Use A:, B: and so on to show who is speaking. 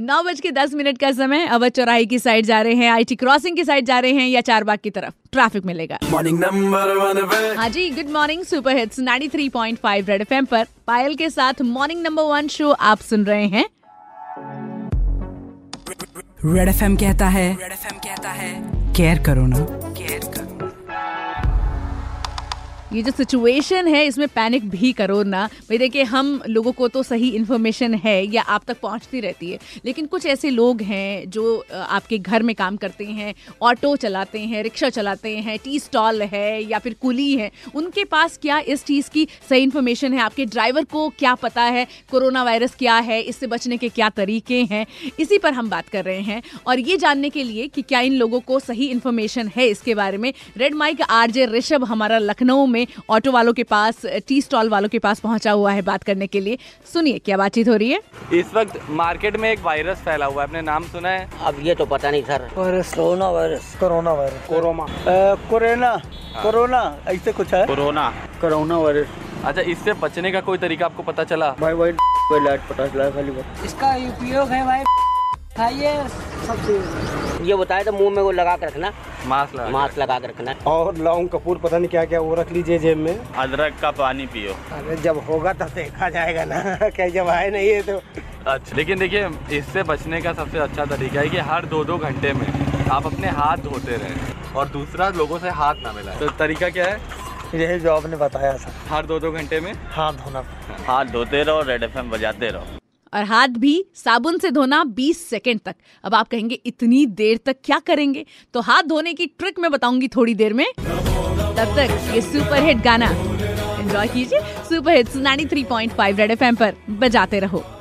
A: नौ बज के दस मिनट का समय अवध चौराहे की साइड जा रहे हैं आईटी क्रॉसिंग की साइड जा रहे हैं या चारबाग की तरफ ट्रैफिक मिलेगा
B: Morning number one पे
A: हाँ जी good morning super hits 93.5 red FM पर पायल के साथ मॉर्निंग नंबर वन शो आप सुन रहे हैं
C: रेड एफ कहता है रेड एफ कहता है केयर करो ना केयर करो
A: ये जो सिचुएशन है इसमें पैनिक भी करो ना भाई देखिए हम लोगों को तो सही इन्फॉर्मेशन है या आप तक पहुंचती रहती है लेकिन कुछ ऐसे लोग हैं जो अ, आपके घर में काम करते हैं ऑटो चलाते हैं रिक्शा चलाते हैं टी स्टॉल है या फिर कुली है उनके पास क्या इस चीज़ की सही इन्फॉर्मेशन है आपके ड्राइवर को क्या पता है कोरोना वायरस क्या है इससे बचने के क्या तरीके हैं इसी पर हम बात कर रहे हैं और ये जानने के लिए कि क्या इन लोगों को सही इन्फॉर्मेशन है इसके बारे में रेड माइक आरजे ऋषभ हमारा लखनऊ में ऑटो वालों के पास टी स्टॉल वालों के पास पहुंचा हुआ है बात करने के लिए सुनिए क्या बातचीत हो रही है
D: इस वक्त मार्केट में एक वायरस फैला हुआ है आपने नाम सुना है
E: अब ये तो पता नहीं sir virus corona virus
F: corona virus corona corona corona ऐसे कुछ है
D: कोरोना
F: कोरोना वायरस
D: अच्छा इससे बचने का कोई तरीका आपको पता चला
F: भाई वही कोई लाइट पता चला है खाली बस
E: इसका उपयोग है भाई खाइए सब ये बताया तो मुंह में वो लगा के रखना
D: मास्क लगा
E: मास्क लगा के रखना
F: और लौंग कपूर पता नहीं क्या क्या वो रख लीजिए जेब में
D: अदरक का पानी पियो
F: अरे जब होगा तब देखा जाएगा ना क्या जब आए नहीं है तो
D: अच्छा लेकिन देखिए इससे बचने का सबसे अच्छा तरीका है कि हर दो दो घंटे में आप अपने हाथ धोते रहें और दूसरा लोगों से हाथ ना मिलाएं तो तरीका क्या है
F: यही जो आपने बताया सर
D: हर दो दो घंटे में
F: हाथ हाँ, धोना
D: हाथ धोते रहो रेड एफ बजाते रहो
A: और हाथ भी साबुन से धोना 20 सेकंड तक अब आप कहेंगे इतनी देर तक क्या करेंगे तो हाथ धोने की ट्रिक मैं बताऊंगी थोड़ी देर में तब तक ये सुपर हिट गाना एंजॉय कीजिए सुपर हिट्स 93.5 रेड एफएम पर बजाते रहो